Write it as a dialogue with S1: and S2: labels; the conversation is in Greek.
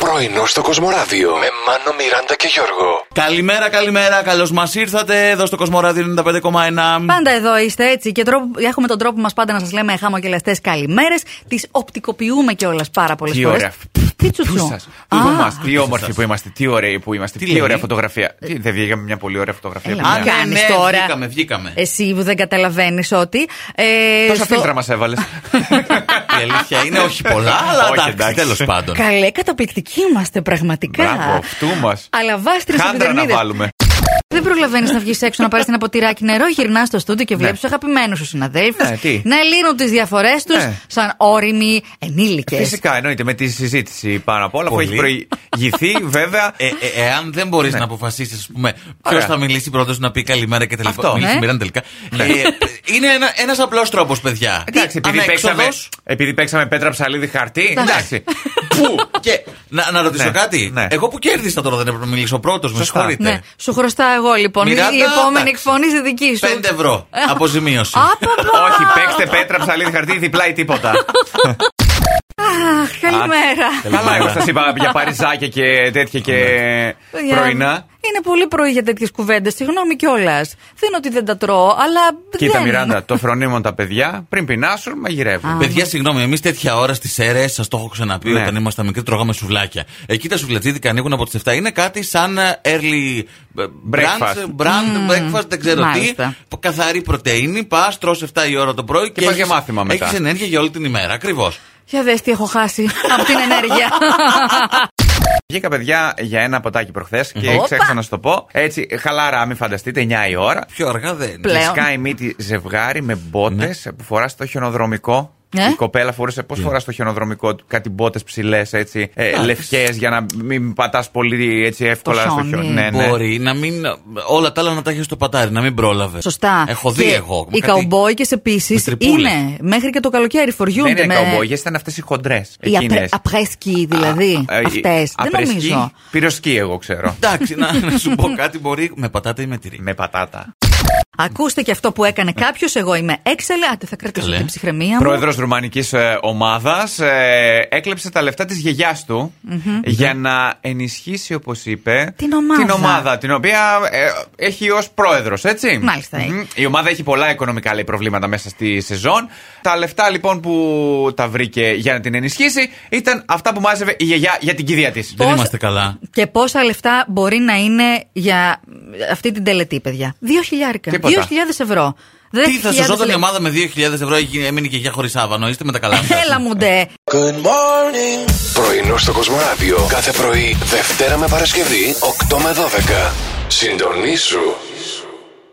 S1: Πρωινό στο Κοσμοράδιο με Μάνο, Μιράντα και Γιώργο.
S2: Καλημέρα, καλημέρα. Καλώς μας ήρθατε εδώ στο Κοσμοράδιο 95,1.
S3: Πάντα εδώ είστε έτσι και τρόπο, έχουμε τον τρόπο μας πάντα να σας λέμε χαμογελαστέ καλημέρες. Τις οπτικοποιούμε κιόλας πάρα πολλές
S4: Τι
S3: φορές.
S4: ωραία.
S3: Τι τσουτσού.
S4: Σας.
S3: Α,
S4: Πού είμαστε, τι
S2: πού
S4: όμορφοι
S2: σας.
S4: που είμαστε, τι ωραίοι που είμαστε,
S2: Τι
S4: τι,
S2: λέει?
S4: ωραία φωτογραφία. Τι, δεν βγήκαμε μια πολύ ωραία φωτογραφία.
S3: Έλα,
S4: από
S3: μα
S4: μια-
S2: ναι,
S3: κάνεις
S2: ναι,
S3: τώρα. Ε.
S2: βγήκαμε, βγήκαμε.
S3: Εσύ που δεν καταλαβαίνεις ότι. Ε,
S4: Τόσα
S3: στο-
S4: φίλτρα μας έβαλες.
S2: Η αλήθεια είναι όχι πολλά, αλλά
S4: Όχι,
S2: εντάξει,
S4: εντάξει.
S2: τέλος πάντων.
S3: Καλέ, καταπληκτικοί είμαστε πραγματικά.
S4: Μπράβο, αυτού μας.
S3: Αλλά βάστρες
S4: Χάντρα να βάλουμε.
S3: Δεν προλαβαίνεις να βγεις έξω να πάρεις ένα ποτηράκι νερό, γυρνάς στο στούντιο και βλέπει
S4: Ναι.
S3: τους αγαπημένους σου συναδέλφους
S4: Ναι, τι.
S3: να λύνουν τις διαφορές τους
S4: Ναι.
S3: σαν όριμοι ενήλικες.
S4: Φυσικά εννοείται με τη συζήτηση πάνω απ' όλα που
S2: Πολύ.
S4: έχει προηγηθεί βέβαια.
S2: Ε, ε, εάν δεν
S3: Ναι.
S2: μπορεί να αποφασίσεις, ας πούμε, ποιος
S4: Ωραία.
S2: θα μιλήσει πρώτος να πει καλημέρα και τελικά.
S4: Αυτό.
S2: Μίλησε
S3: Ναι.
S2: η Μιράντα τελικά. Ε, είναι ένα απλός τρόπος, παιδιά.
S4: Εντάξει, επειδή παίξαμε,
S2: Ανέξοδος.
S4: επειδή παίξαμε πέτρα ψαλίδι χαρτί.
S3: Ναι.
S4: Εντάξει.
S2: Πού και να, να ρωτήσω
S4: Ναι,
S2: κάτι.
S4: ναι.
S2: Εγώ που κέρδισα τώρα δεν έπρεπε να μιλήσω πρώτος, με
S4: Σωστά.
S2: συγχωρείτε.
S3: Ναι, σου χρωστάω εγώ λοιπόν.
S2: Μιράντα,
S3: η επόμενη
S2: εντάξει.
S3: εκφωνή η δική σου.
S2: 5 ευρώ
S3: Ε.
S2: αποζημίωση.
S3: Άπαπα!
S4: Όχι, παίξτε πέτρα ψαλίδι χαρτί, διπλά ή τίποτα.
S3: Αχ, καλημέρα.
S4: Καλά, εγώ σας είπα για παριζάκια και τέτοια και
S3: Παιδιά,
S4: πρωινά.
S3: Είναι πολύ πρωί για τέτοιες κουβέντες. Συγγνώμη κιόλας. Δεν είναι ότι δεν τα τρώω, αλλά.
S4: Κοίτα,
S3: δεν-
S4: Μιράντα, το φρονίμουν τα παιδιά πριν πεινάσουν, μαγειρεύουν.
S2: Παιδιά, συγγνώμη, εμείς τέτοια ώρα στις αίρες, σας το έχω ξαναπεί
S4: Ναι.
S2: όταν ήμασταν μικροί, τρώγαμε σουβλάκια. Εκεί τα σουβλατζίδικα ανοίγουν από τις 7. Είναι κάτι σαν ε, early ε,
S4: Breakfast.
S2: brunch, brand, breakfast, δεν ξέρω
S3: μάλιστα.
S2: τι. Καθαρή πρωτενη, πας, τρώ 7 η ώρα το πρωί και,
S4: πας
S2: έχεις-
S4: για μάθημα μετά.
S2: έχεις ενέργεια για όλη την ημέρα, ακριβώς.
S3: Για δες τι έχω χάσει από την ενέργεια.
S4: Βγήκα παιδιά για ένα ποτάκι προχθές και
S3: Όπα.
S4: ξέχασα να σου το πω. Έτσι, χαλαρά, μην φανταστείτε, 9 η ώρα.
S2: Πιο αργά δεν. είναι.
S3: Πλέ- Λέω. Ναι.
S4: Σκάει μύτη ζευγάρι με μπότες που φοράς στο χιονοδρομικό.
S3: Ε?
S4: Η κοπέλα φορούσε πώς φορά στο χιονοδρομικό του κάτι μπότες ψηλές, έτσι, ε, λευκές, για να μην πατάς πολύ έτσι, εύκολα στο
S3: χιόνι.
S4: χιόνι. Ναι, ναι.
S2: Μπορεί να μην. Όλα τα άλλα να τα έχεις στο πατάρι, να μην πρόλαβες.
S3: Σωστά.
S2: Έχω δει
S3: Και
S2: εγώ.
S3: Οι
S2: κάτι-
S3: καουμπόικε
S2: με
S3: επίση
S2: τρυπούλες.
S3: είναι μέχρι και το καλοκαίρι φοριούνται.
S4: Δεν είναι
S3: με...
S4: με... καουμπόγιε, Ναι, ήταν αυτές οι χοντρές.
S3: Οι απρε... απρέσκοι δηλαδή.
S4: ε,
S3: Αυτές. Δεν νομίζω.
S4: Πυροσκή, εγώ ξέρω.
S2: Εντάξει, να, να σου πω κάτι μπορεί με πατάτα ή με τυρί.
S4: με πατάτα.
S3: Ακούστε και αυτό που έκανε κάποιος. Εγώ είμαι έξαλλη. Άντε, θα κρατήσω
S2: Καλέ.
S3: την ψυχραιμία μου.
S4: Πρόεδρος Ρουμανικής ομάδας ε, έκλεψε τα λεφτά της γιαγιάς του για να ενισχύσει, όπως είπε,
S3: Την ομάδα.
S4: την ομάδα την οποία ε, έχει ως πρόεδρος, έτσι.
S3: Μάλιστα.
S4: Μμμ. Η ομάδα έχει πολλά οικονομικά λέει, προβλήματα μέσα στη σεζόν. Τα λεφτά λοιπόν που τα βρήκε για να την ενισχύσει ήταν αυτά που μάζευε η γιαγιά για την κηδεία της.
S2: Δεν
S3: Πώς-
S2: είμαστε καλά.
S3: Και πόσα λεφτά μπορεί να είναι για αυτή την τελετή, παιδιά. Δύο χιλιάρικα.
S4: Τίποτα.
S3: Δύο χιλιάδες ευρώ. Δεν
S2: Τι θα σωζόταν η ομάδα με 2.000 ευρώ, έγινε- έμεινε και για χωρίς άβανο. Είστε με τα καλά σας.
S3: Έλα μου ντε.
S1: Πρωινό στο Κοσμοράδιο κάθε πρωί, Δευτέρα με Παρασκευή, 8 με 12. Συντονίσου